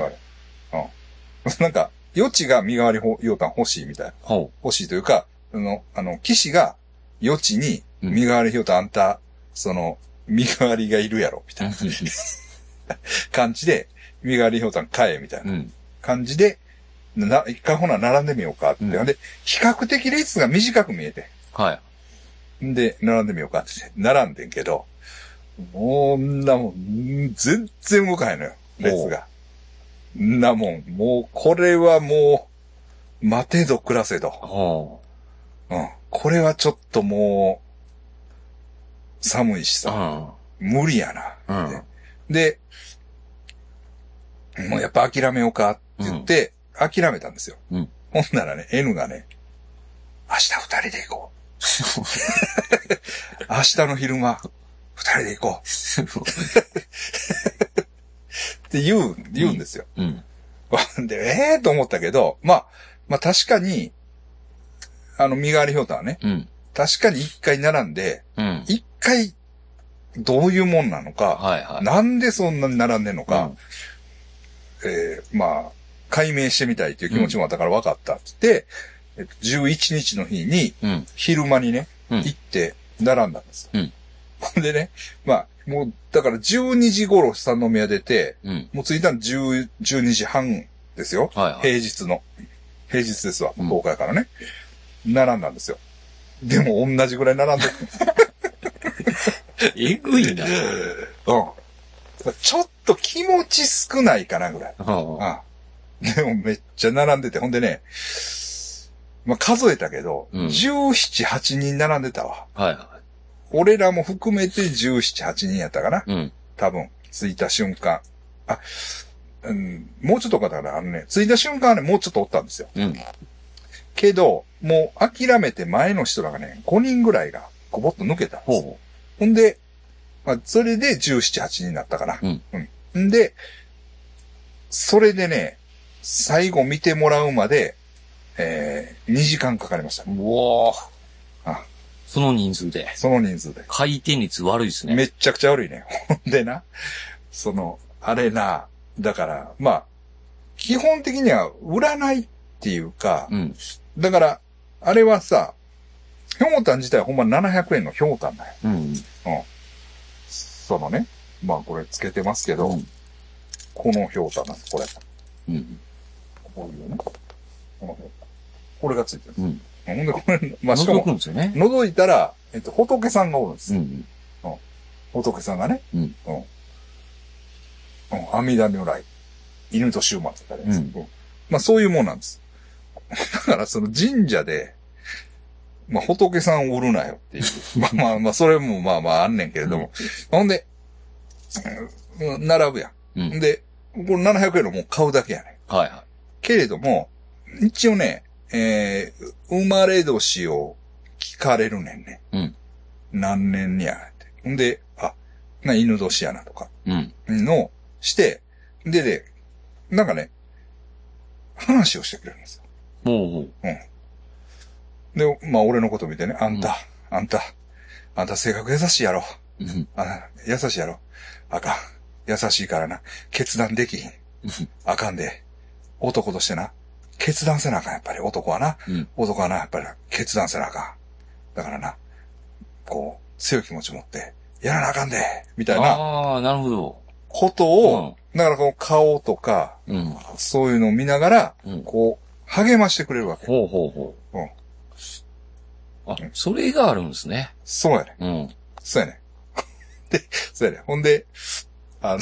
A: 々。うん。なん (laughs) か、余地が身代わりほ羊羹欲しいみたいな。
B: ほ
A: 欲しいというか、あの、あの、騎士が余地に
B: うん
A: 身代わり羊羹あんた、その、身代わりがいるやろ、み
B: う。
A: た
B: う
A: い
B: ん
A: な感じで、身代わり羊羹買え、みたいな
B: うん。
A: 感じで、な、一回ほな並んでみようかって。
B: うん
A: で、比較的列が短く見えて。
B: はい。
A: んで、並んでみようかって言って、並んでんけど、もう、んなもん、ん全然動かへんのよ、列が。んなもん、もう、これはもう、待てど暮らせど。
B: ほ
A: うん。これはちょっともう、寒いし
B: う。
A: さ、
B: うん。
A: 無理や
B: う
A: な。
B: ん。
A: で、もうやっぱ諦めようかって言って、諦めたんですよ。
B: うん
A: ほんならね、N がね、明日二人で行こう。明日の昼間、二人で行こう。って言う、言うんですよ。 (laughs)
B: うん。
A: で、ええと思ったけど、まあ、まあ確かに、あの、身代わりひょうたんはね、
B: (laughs) うん。
A: 確かに一回並んで、
B: うん。
A: 一回、どういうもんなのか、
B: はいはい。
A: なんでそんなに並んでんの
B: う
A: か
B: ん、
A: ええまあ、解明してみたいっていう気持ちもあったから分かったってって、えっと11日の日に
B: うん。
A: 昼間にね、
B: うん
A: 行って並んだんです。
B: うん
A: ほんでね、まあ、もう、だから12時頃三宮出て、
B: うん。
A: もう着いたの10 12時半ですよ。
B: はいはい。
A: 平日の。平日ですわ。
B: うん
A: 公開からね。並んだんですよ。でも同じぐらい並んで、
B: えぐ (laughs) いな。
A: うん。ちょっと気持ち少ないかなぐらい。あ
B: は
A: でもめっちゃ並んでて、ほんでね、まあ、数えたけど、
B: うん
A: 17、8人並んでたわ。
B: あはいは
A: 俺らも含めて17、8人やったかな。
B: い。うん。
A: 多分、着いた瞬間。あ、うん、もうちょっとかだから、あのね、着いた瞬間はね、もうちょっとおったんですよ。
B: うん。
A: けど、もう諦めて前の人らがね、5人ぐらいが、こぼっと抜けたんですよ
B: ほ
A: ほんで、まあ、それで17、8になったかな。
B: うん。
A: うん。んで、それでね、最後見てもらうまで、えー、2時間かかりました。
B: う。うわー
A: あ
B: その人数で。
A: その人数で。
B: 回転率悪いですね。
A: めっちゃくちゃ悪いね。 (laughs) ほんでな、その、あれな、だから、まあ、基本的には占いっていうか、
B: うん。
A: だから、あれはさ、氷炭自体はほんま700円の氷炭だよ。
B: うん。
A: そのね、まあこれつけてますけど、
B: うん
A: この氷炭なんです、これ。
B: うん。
A: こういうね。この辺これがついてる。
B: うん。
A: ほんで、これ、まあ、しか
B: 覗く
A: も、
B: んですよね。
A: 覗いたら、えっと、仏さんがおるんです。
B: うん。
A: 仏さんがね。
B: うん。
A: うん。うん。阿弥陀如来。犬と衆魔って言ったらいいです、うんまあ、そういうもんなんです。 (laughs) だから、その神社で、まあ、仏さんを売るなよ
B: (laughs)
A: っていう。まあまあまあ、それもまあまああんねんけれども。ほんで、うん並ぶや。
B: うんん。
A: で、これ700円のもう買うだけやねん。
B: はいは
A: けれども、一応ね、えー、生まれ年を聞かれるねんね。
B: うん
A: 何年にやって。ほんで、あ、な、犬年やなとか、
B: い。うん。
A: の、して、でで、なんかね、話をしてくれるんですよ。
B: ほうほう。
A: で、まあ俺のこと見てね、あん
B: う
A: た、あんた、あんた性格優しいやろ。 (laughs)
B: うん。
A: あ、優しいやろ。あかん。優しいからな。決断できひん。あかんで。男としてな。決断せなあかん、やっぱり。男はな。
B: うん
A: 男はな、やっぱりな決断せなあかん。だからな。こう、強い気持ち持って、やらなあかんで。みたいな
B: ああ、なるほど。
A: ことを、だからこの顔とか、
B: うん。うん。
A: そういうのを見ながら、
B: うん。
A: こう、励ましてくれるわけ。
B: ほうほうほう。
A: うん
B: あ、それがあるんですね。
A: そうやね。
B: うん。
A: そうやね。 (laughs) で、そうやね。ほんで、あの、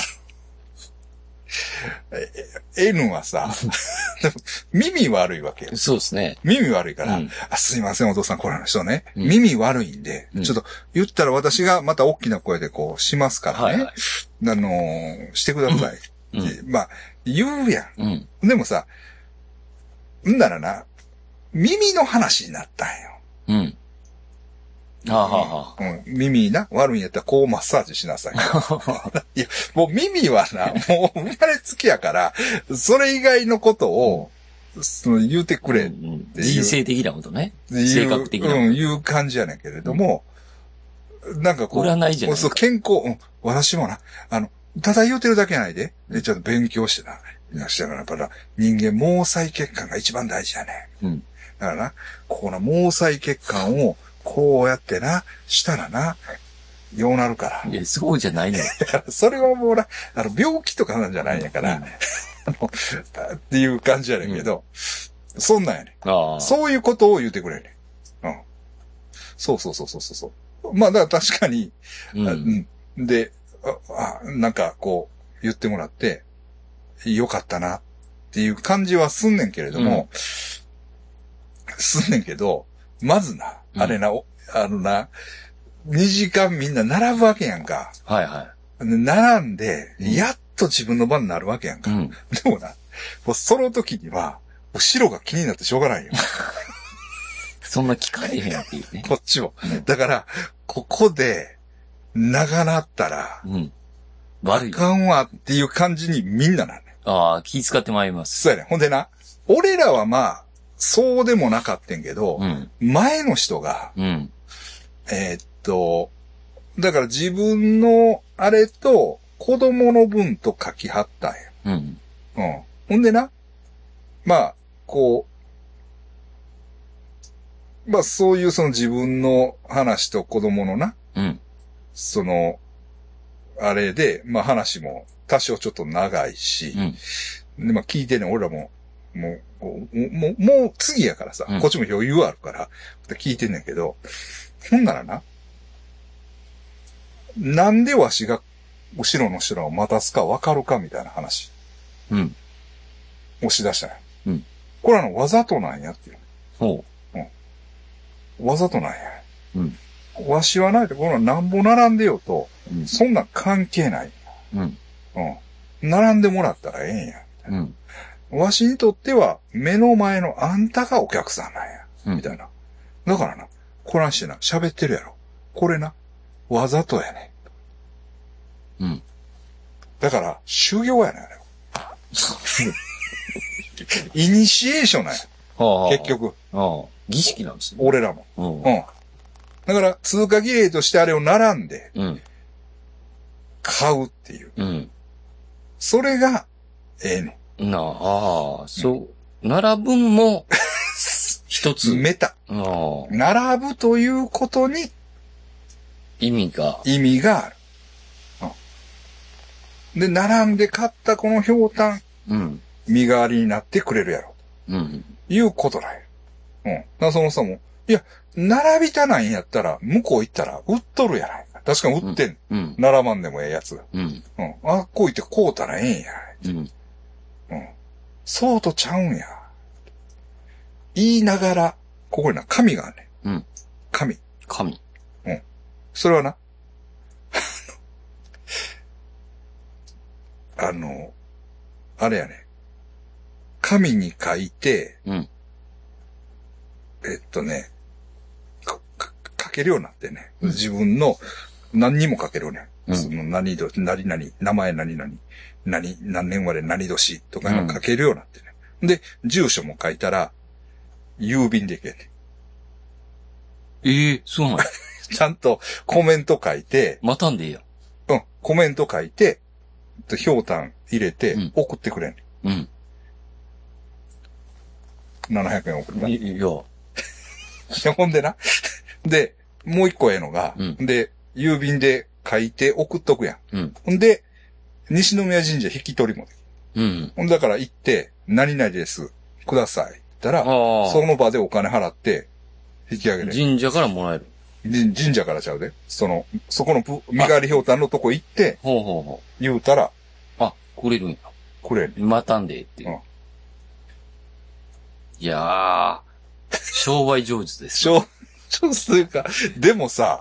A: え N はさ、 (laughs) でも耳悪いわけよ。
B: そうですね。
A: 耳悪いか
B: う
A: ら、
B: ん。
A: あすいません、お父さん、これの人ね、
B: うん
A: 耳悪いんで、
B: うん
A: ちょっと言ったら私がまた大きな声でこうしますから
B: はい
A: ね。
B: はい。
A: あのーしてください、
B: うん。
A: まあ、言うや
B: うん。
A: ん。でもさ、んならな、耳の話になったんよ。
B: うん。はあ、はあは
A: うん、耳な、悪いんやったらこうマッサージしな
B: (laughs)
A: さい。いや、もう耳はな、もう生まれつきやから、それ以外のことを、その言うて
B: あ、
A: くれっ
B: うん
A: ていう
B: 人生的なことね。
A: ていう、
B: 性格的な
A: うん、いう感じやねんけれども、なんかこう、
B: 占いじゃない
A: そう健康、うん、私もな、あの、ただ言うてるだけやないで、でちょっと勉強してな、いやしてからやっぱな、人間毛細血管が一番大事やね
B: うん。
A: だからな、ここな毛細血管を、こうやってな、したらな、ようなるから。
B: いや、そうじ
A: (laughs)
B: ゃないのよ。
A: それはもうな、あの、病気とかなんじゃないんやから、
B: うん
A: あっていう感じやねんけど、そんなんやね
B: ああ。
A: ん。そういうことを言うてくれんねん。うん。そうそうそうそうそうそう。まあ、だから確かに、
B: う。
A: あうんん、でああ、なんかこう、言ってもらって、よかったなっていう感じはすんねんけれども、すんねんけど、まずな、あれな、おあのな、2時間みんな並ぶわけやんか。
B: はいは
A: で並んで、
B: うん
A: やっと自分の番になるわけやん
B: い。う
A: か。
B: ん。
A: でもな、もうその時には、もう白が気になってしょうが
B: (laughs)
A: ないよ。
B: そんな聞かれへんっていうね。
A: こっちも
B: うん。
A: だから、ここで、長なったら、
B: うん。悪い
A: あ。かんわっていう感じにみんななんね。
B: ああ、気遣ってまいります。
A: そうやね。ほんでな、俺らはまあ、そうでもなかったんけど
B: う、ん。
A: 前の人が、
B: うん。
A: えーっと、だから自分のあれと子供の分と書きはったんや。
B: うん。
A: うん。ほんでな、まあ、こう、まあそういうその自分の話と子供のな、
B: うん。
A: その、あれで、まあ話も多少ちょっと長いし、
B: うん
A: でまあ聞いてね、俺らも、もう、こうもう、もう次やからさ、
B: うん
A: こっちも余裕あるから、聞いてんねんけど、ほんならな、なんでわしが後ろの人らを待たすかわかるかみたいな話
B: うん。
A: をし出したのよ
B: うん
A: これあの、わざとなんやっていう。
B: ほ
A: わざとなんや。
B: うん
A: わしはないと、このなんぼ並んでよと、
B: う。うん。
A: そんなん関係ない。
B: うん。
A: うん。並んでもらったらええんや。
B: うん。
A: わしにとっては、目の前のあんたがお客さんなんや。
B: うん
A: みたいな。だからな、こらんしてな、喋ってるやろ。これな、わざとやね。
B: うん。
A: だから、修行やねんあれは。
B: (laughs)
A: イニシエーションなんや。
B: はあ
A: 結。局、
B: ああ。儀式なんですね。
A: 俺らも。
B: うん
A: う。ん。だから、通過儀礼としてあれを並んで、
B: うん。
A: 買うっていう。
B: うん。
A: それが、ええねん。
B: なあ、ああ、そう、並ぶんも、一つ、
A: メタ。
B: ああ、
A: 並ぶということに
B: 意味が、
A: 意味がある。うん、で、並んで買ったこの氷炭、
B: うん、
A: 身代わりになってくれるやろ。
B: うん、
A: いうことなんや。うん。だからその人も、いや、並びたないんやったら、向こう行ったら売っとるやないか。確かに売ってん。
B: うん、
A: 並ばんでもええやつが。
B: うん、
A: うん。あっこ行ってこうたらええんや。
B: うん、
A: うん。そうとちゃうんや。言いながら、ここにな、神があんねん。
B: うん。
A: 神。
B: 神。
A: それはな、 (laughs) あの、あれやね、紙に書いて、
B: うん
A: えっとね、かか書けるようになってね、自分の何にも書けるようになる。
B: うん
A: その何度、何々、名前何々、何、何年生まれ何年とかいうの書けるようになってね。で、住所も書いたら、郵便でいけんね。
B: ええそうなんや。
A: ちゃんとコメント書いて、
B: またんでええやん。
A: うん、コメント書いて、ひょうたん入れて
B: うん、
A: 送ってくれんね
B: うん。
A: ん。700円送るな。
B: い
A: い
B: いや、
A: や、ほんでな。 (laughs) で、もう一個ええのが、
B: うん
A: で、郵便で書いて送っとくやん。
B: うん
A: ほんで、西宮神社引き取りもできる。
B: うん。
A: ほんだから行って、何々です。ください。って言ったら、
B: ああ、
A: その場でお金払って、引き上げて。
B: 神社からもらえる。
A: 神神社からちゃうで。その、そこのぶ身代わりひょうたんのとこ行って、
B: ほうほうほ
A: 言うたら、
B: う。あ、くれるんや。
A: くれんねん
B: またんでええっていう。
A: うん
B: いやー、商売上手です。
A: ちょ、ちょ、というか、でもさ、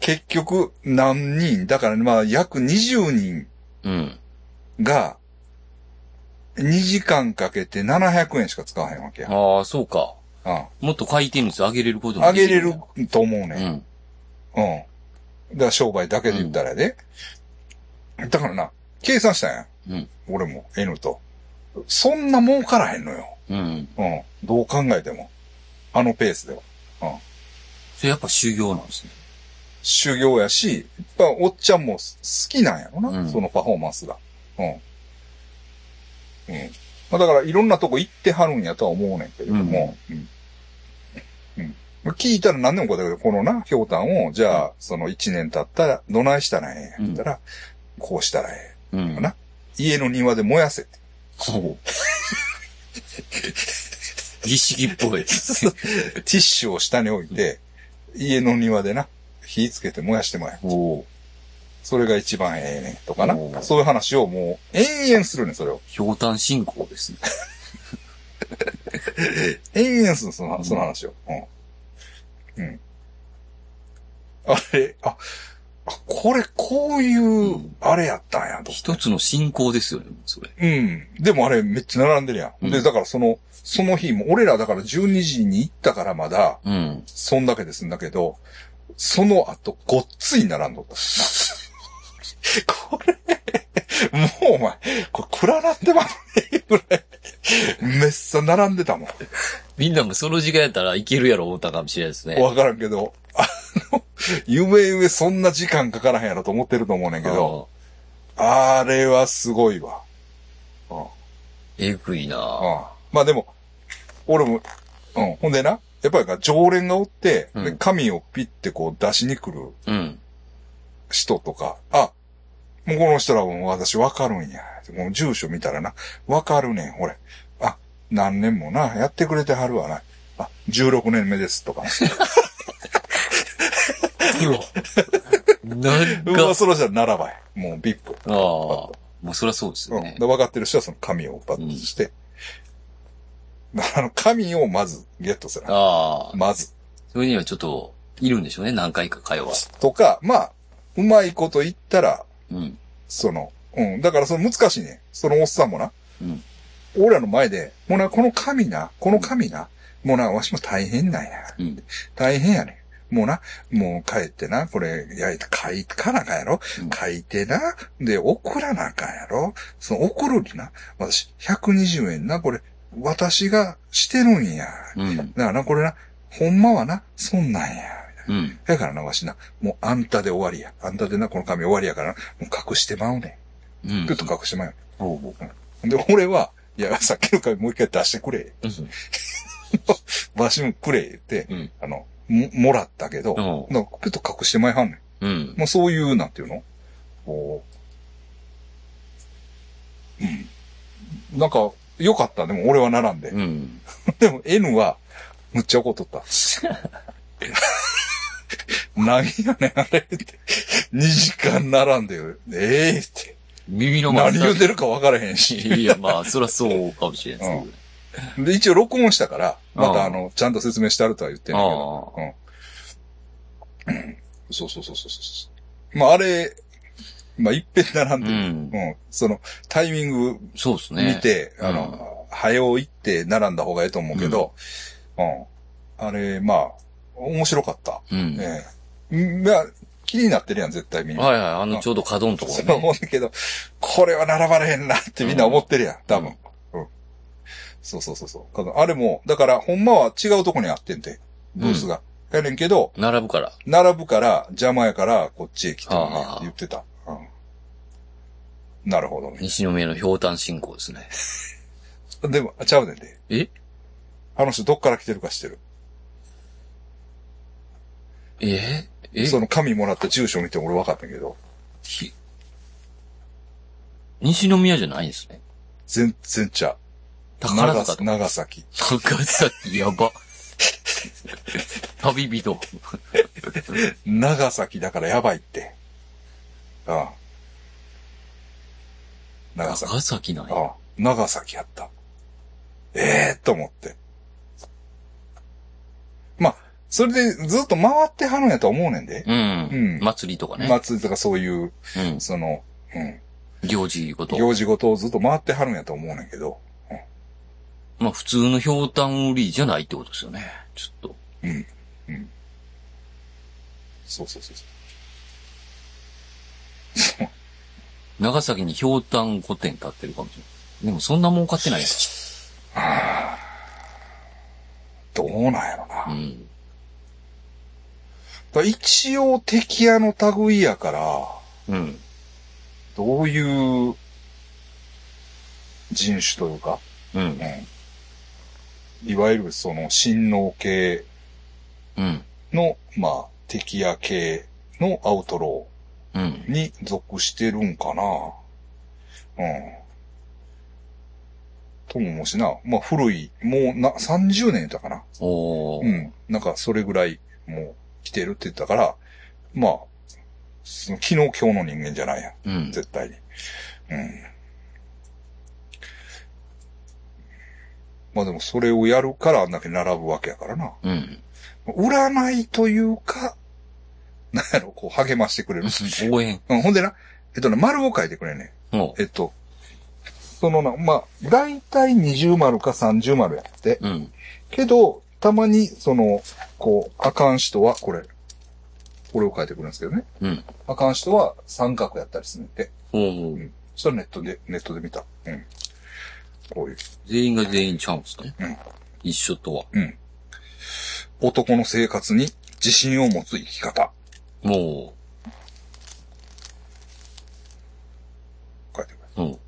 A: 結局何人、だからまあ約20人
B: うん。
A: が、2時間かけて700円しか使わへんわけや。
B: ああ、そうか。
A: う
B: もっと回転率上げれること
A: ん。
B: も
A: あ
B: でき
A: げれ
B: ん
A: る
B: や
A: と思う
B: う
A: ね
B: ん。
A: ん。うん。だから商売だけで言ったらね。だからな、計算したんや。
B: うん
A: 俺も、N と。そんな儲からへんのよ。
B: うん。
A: うん。どう考えても。あのペースでは。
B: それやっぱ修行なんですね。
A: 修行やし、やっぱおっちゃんも好きなんやろな、
B: うん
A: そのパフォーマンスが。うん。うん。まあだからいろんなとこ行ってはるんやとは思うねんけれども、うん。うん。聞いたら何でもこうだけど、このな、ひょうたんを、じゃあ、その一年経ったら、どないしたらええんやったら、こうしたらえ
B: う
A: え
B: ん。
A: な。家の庭で燃やせ (laughs) って。
B: ほう。儀式っぽい。
A: ティッシュを下に置いて、家の庭でな、火つけて燃やしてもらえ。
B: おう。
A: それが一番ええねんとかな
B: お。ー
A: そういう話をもう、延々するねん、それを。
B: ひょうたん信仰ですね。
A: 延々する、その
B: う、ん
A: その話を。うん。うん。あれ、あ、あこれ、こういうう、
B: ん
A: あれやったんやと。
B: 一つの信仰ですよね、それ。
A: うん。でもあれ、めっちゃ並んでるやん。
B: うん
A: で、だからその、その日も、俺らだから12時に行ったからまだ、
B: うん。
A: そんだけですんだけど、その後、ごっつい並んどった。 (laughs) これ、もうお前、これ、暗なってまうねぐらい、めっさ並んでたもん。
B: みんなもその時間やったらいけるやろ思ったかもしれないですね。
A: わからんけど、あの、ゆめゆめそんな時間かからへんやろと思ってると思うねんけど、あれはすごいわ。
B: あー。えぐいな
A: ああまあでも、俺も、うん、ほんでな、やっぱりな常連がおって、
B: うん
A: で紙をピッてこう出しに来る
B: うん。
A: 人とか、あ、もうこの人らも私わかるんや。もう住所見たらな、わかるねん、ほれ。あ、何年もな、やってくれてはるわな。あ、16年目です、
B: (laughs)
A: とか。
B: なん
A: うわ、
B: か、
A: そろじゃならばい。もうビップ。
B: ああ、もうそりゃそうです
A: う
B: よ
A: ん。
B: ね
A: で、。分かってる人はその紙をバッとして、あの、紙をまずゲットする。
B: ああ、
A: まず。
B: それにはちょっと、いるんでしょうね、何回か会話。
A: とか、まあ、うまいこと言ったら、
B: うん。
A: その、うん。だからその難しいね。そのおっさんもな。
B: うん
A: 俺らの前で、もうな、この紙な、この紙な、もうな、わしも大変なんや。
B: うん。
A: 大変やねん。もうな、もう帰ってな、これ、やい書いてかなあかんやろ、
B: うん
A: 書いてな、で、送らなあかんやろその、送るにな、私、120円な、これ、私がしてるんや。
B: うん。
A: だからな、これな、ほんまはな、そんなんや。
B: うん。
A: だからな、わしな、もうあんたで終わりや。あんたでな、この紙終わりやからな、もう隠してまうね
B: うん
A: ん。ぐっと隠してまうよ。
B: ほうほ
A: で、俺は、いや、さっきの紙もう一回出してくれ。
B: う。
A: わしもくれ、言って、
B: うん
A: あの、も、もらったけど、
B: うん
A: なんか、ちょっと隠してまいはんね
B: うん
A: ん。。もうそういう、なんていうのこう。うん。なんか、良かった。でも俺は並ん
B: (laughs)
A: で。
B: うん。
A: でも N は、むっちゃ怒っとった。何やねん、あれって。2時間並んでよ。ええって。
B: 耳のマッ
A: 何
B: サ
A: 言
B: ー
A: う
B: ジ
A: てるか分からへんし。
B: (laughs) いや、まあ、そりゃそうかもしれないです
A: で、一応録音したから、ま
B: あ
A: た
B: あ
A: あの、ちゃんと説明してあるとは言って
B: け
A: んだけど。
B: どね。
A: そうそうそうそうそう。まあ、あれ、まあ、いっぺん並ん
B: ああ。う
A: で、
B: ん
A: う。ん、その、タイミング
B: そうですね。
A: 見て、
B: うん
A: あの、早う行って並んだ方がええと思うけど、うん、あれ、まあ、面白かった。
B: うん。はい
A: ええまあ、気になってるやん、絶対みんな。
B: はい、あのちょうど角のとこ
A: そう
B: ろね。
A: 思うんだけど、これは並ばれへんなってみんな思ってるやん、多分。うん。そうそうそうそう。多分あれも、だから、ほんまは違うとこにあってんて、ブースが。やねんけど、
B: 並ぶから。
A: 並ぶから、邪魔やから、こっちへ来てもね
B: はあ
A: っ
B: はあ
A: て言ってた。うんなるほどね。
B: 西宮の氷炭進行ですね。
A: でも、ちゃうねんで。
B: え
A: あの人どっから来てるか知ってる。
B: ええ
A: その紙もらった住所見て俺分かったけど、
B: ひ西宮じゃないんですね。
A: 全然ちゃう。長
B: 宝塚と
A: 崎長崎。
B: 高崎、やば。旅人。
A: 長崎だからやばいって。ああ。長崎。
B: 高崎なんや。
A: ああ。長崎やった。ええと思って。まあ、それでずっと回ってはるんやと思うねんで。
B: うん
A: うん。
B: 祭りとかね。
A: 祭りとかそういう、
B: うん。
A: その、うん。
B: 行事ごと。
A: 行事ごとをずっと回ってはるんやと思うねんけど。
B: まあ普通の氷炭売りじゃないってことですよね。ちょっと。
A: うん。うん。そうそうそうそう。
B: 長崎に氷炭5店建ってるかもしれない。でもそんな儲かってないや
A: どうなんやろな。
B: う
A: だか
B: ん。
A: ら一応敵屋の類やから、
B: うん。
A: どういう人種というか、
B: うん。
A: うん。いわゆるその、神農系
B: うん。
A: の、まあ、敵屋系のアウトロ
B: うん
A: ー。に属してるんかな。うん。とも思うしな、まあ古い、もうな、30年やったかな。
B: お
A: う
B: ー。
A: ん。なんか、それぐらい、もう、来てるって言ったから、まあ、その、昨日今日の人間じゃないやん。
B: うん。
A: 絶対に。うん。まあでも、それをやるから、あんだけ並ぶわけやからな。
B: うん。
A: 占いというか、なんやろ、こう、励ましてくれる。
B: 応援。
A: うん、ほんでな、えっとな、丸を書いてくれんね
B: も
A: ん。えっと、そのな、まあ、だいたい20丸か30丸やって、
B: う。うん。
A: けど、たまに、その、こう、あかん人は、これ、これを書いてくるんですけどね。
B: うん。
A: あかん人は三角やったりするんで。
B: おー
A: うんそれネットで、ネットで見た。うん。こういう。
B: 全員が全員ちゃうんですね。
A: うん
B: 一緒とは。
A: うん。男の生活に自信を持つ生き方。
B: も
A: 書いてくれる。
B: う、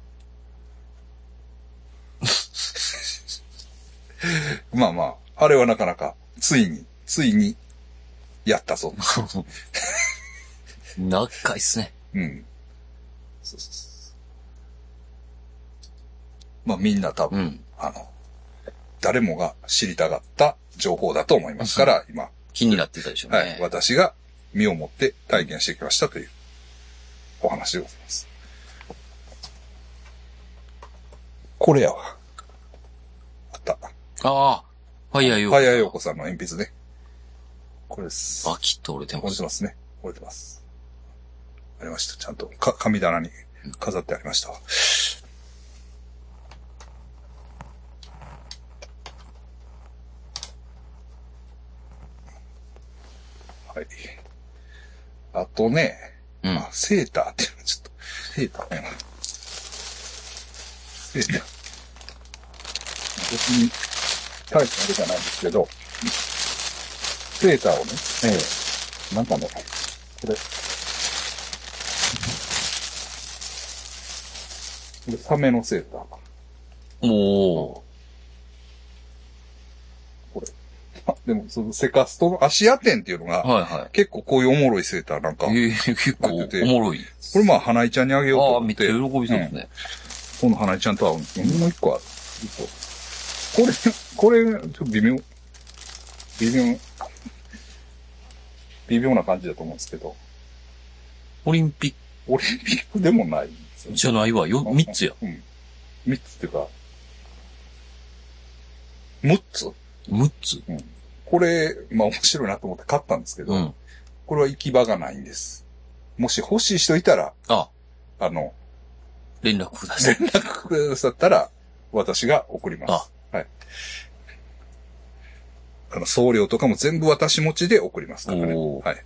B: うん。
A: あれはなかなか、ついに、ついに、やったぞ。
B: 長いっすね。
A: うん。そうそうそうまあみんな多分、
B: うん。
A: あの、誰もが知りたがった情報だと思いますから、今、
B: 気になってたでしょうね。
A: はい、私が身をもって体験してきましたというお話でございます。これやわ。あった。
B: ああ、はいやよ。
A: はやようこさんの鉛筆ね。これです。
B: あ、きっと折れてま
A: 折れ
B: す
A: て。ますね。折れてます。ありました。ちゃんと、か、神棚に飾ってありましたわ。はい。あとね、
B: うん。
A: あ、セーターっていうのちょっと、セーターね。セーター。別に、大したあれじゃないんですけど、セーターをね、ええなんかね、これ、これサメのセーター。
B: も
A: あでも、そのセカストの芦屋店っていうの
B: う、
A: が、
B: はいは
A: 結構こういうおもろいセーターなんか、
B: い。ええ結構おもろい。
A: これまあ、花井ちゃんにあげようと
B: ああ、
A: 思
B: め
A: っ
B: っちゃ
A: て
B: 喜、びそうですね。
A: この花井ちゃんと合うんですけど、もう一個ある。これ、 (laughs) これ、ちょっと微妙。微妙。微妙な感じだと思うんですけど、
B: オリンピッ
A: オリンピックでもないんですよ
B: ク
A: ね
B: じゃないわ。よ、三つや。。
A: うん。三つっていうか、六つ
B: 六つ。
A: これ、まあ面白いなと思って買ったんですけど、
B: うん。
A: これは行き場がないんです。もし欲しい人いたら、
B: あ、
A: あの、
B: 連絡くださ
A: 連 (laughs)
B: い。
A: 絡くださったら、私が送ります。はい。あの、送料とかも全部私持ちで送りますからね。
B: おー
A: はい。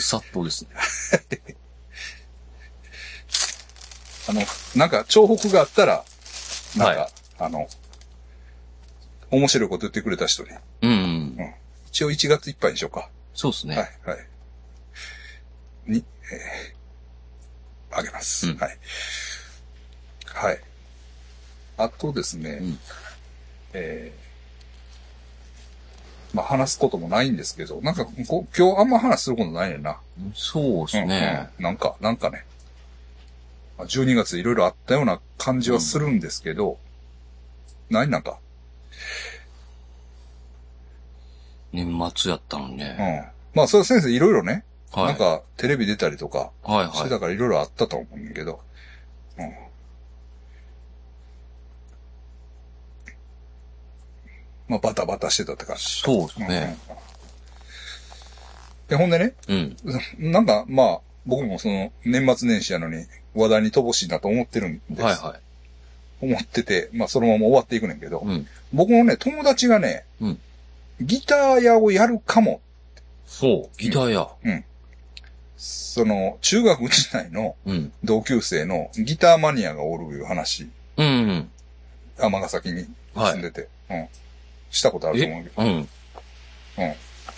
B: 殺到ですね。
A: あの、なんか、重複があったら、なんか、
B: は
A: あの、面白いこと言ってくれた人に、
B: うんうん。
A: 一応1月いっぱいにしようか。
B: そうですね。
A: はい、はい。に、えーあげます、
B: うん
A: はい。はい。あとですね、
B: うん
A: えーまあ話すこともないんですけど、なんかこう今日あんま話することないねんな。
B: そうですね。
A: うんうんなんか、なんかね。まあ12月いろいろあったような感じはするんですけど、何なんか、
B: 年末やったのに
A: うん
B: ね。。
A: まあそれは先生いろいろね、
B: は
A: なん
B: い。
A: かテレビ出たりとか、
B: はい
A: して
B: は
A: たからいろいろあったと思うんだけど。うん。まあ、バタバタしてたって感
B: い。
A: じ。
B: そうですね。
A: うん。で、ほんでね、
B: うん。
A: なんか、まあ、僕もその、年末年始やのに、話題に乏しいなと思ってるんです。
B: はいはい。
A: 思ってて、まあ、そのまま終わっていくねんけど、
B: うん。
A: 僕のね、友達がね、
B: うん
A: ギター屋をやるかも、
B: そう、ギターや。
A: その、中学時代の
B: うん。
A: 同級生のギターマニアがおるいう話
B: うんうん。
A: 尼崎に住んでて、うん。したことあると思うけど
B: うん。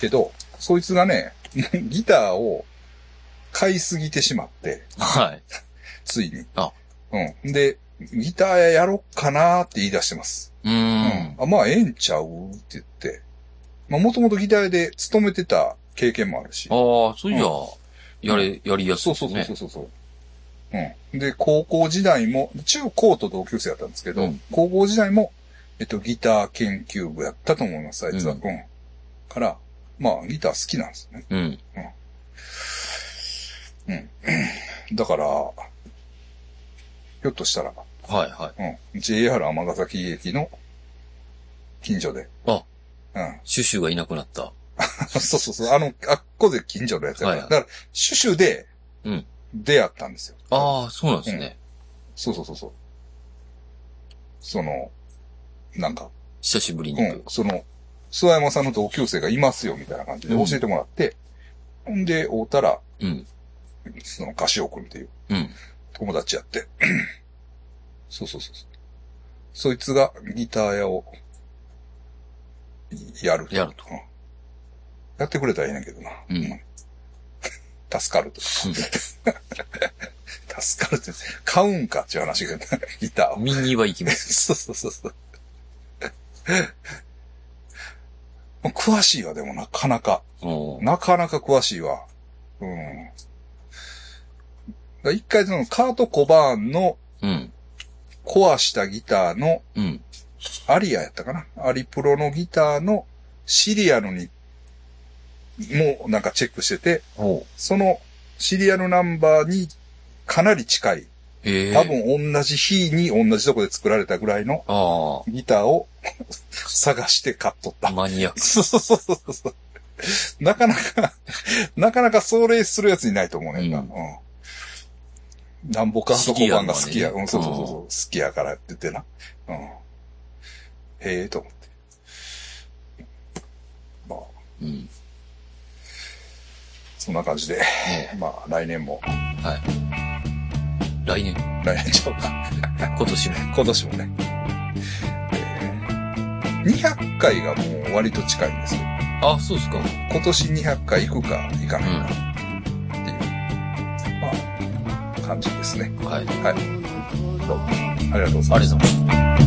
A: けど、そいつがね、 (laughs) ギターを買いすぎてしまって、
B: はい。
A: ついに。
B: あ
A: うん。で、ギターやろっかなーって言い出してます。
B: う
A: う
B: ーん。
A: あ、まあ、ええんちゃうって言って。まあ、もともとギターで勤めてた経験もあるし。
B: ああ、そういや、やれ、やりやすい
A: そうそう
B: ですね。
A: そうそうそう。うん。で、高校時代も、中高と同級生だったんですけど、
B: うん
A: 高校時代も、えっと、ギター研究部やったと思います、あいつは。う
B: うん
A: ん。から、まあ、ギター好きなんですよね。
B: うん。
A: だから、ひょっとしたら、
B: はいは
A: うん。JR 尼崎駅の近所で。
B: あ。
A: うん。 (laughs)
B: い。シュシュがいなくなった。
A: そうそうそう。あの、あっこで近所のやつやから。
B: はいはい
A: だから、シュシュで、
B: うん
A: 出会ったんですよ。
B: ああ、そうなんですね。
A: そうそうそうそう。その、なんか、
B: 久しぶりに
A: う
B: 行
A: ん
B: く、。
A: その、諏訪山さんの同級生がいますよ、みたいな感じで
B: うん
A: 教えてもらって、ほんで、会うたら、
B: うん。
A: その、菓子をくんっていう
B: うん。
A: 友達やって、 (clears throat) そうそうそうそう。そいつがギター屋を、やる。
B: やると
A: うん。やってくれたらいいねん (laughs) けどな。
B: うん
A: (laughs) 助かると。助かるって、買うんかっていう話が、ギターを
B: うん。。見には行きます。
A: そうそうそうそう。まあ詳しいわ、でもなかなか。
B: うん。
A: なかなか詳しいわ。うん。だから一回そのカート・コバーンの
B: うん。
A: 壊したギターの
B: うん。
A: アリアやったかなアリプロのギターのシリアルに、もうなんかチェックしてて、
B: ほ
A: そのシリアルナンバーにかなり近い。
B: う。へえ。
A: 多。分同じ日に同じとこで作られたぐらいの
B: あ
A: ギターを (laughs) 探して買っとった (laughs)
B: あ。。マニアック。
A: そうそうそうそうそう。なかなか、なかなかそれするやついないと思うねんな。
B: う
A: うんん。なんぼかあそこ版が好きや。
B: シリアルまでね
A: うん、そうそうそうそう。好きやからって言ってな。うん。へえ、と思って。まあ、
B: うん。
A: そんな感じで、
B: ね
A: まあ、来年も、
B: はい。来年、
A: 来年ちゃうか。
B: 今年も。
A: 今年もね。えー200回がもう割と近いんですよ。
B: あ、そうですか。
A: 今年200回行くか行かないかっていう、まあ、感じですね。
B: はい。
A: はい。どうもありがとうございます
B: ありがとうござい
C: 「あな
B: ます。
C: たのことを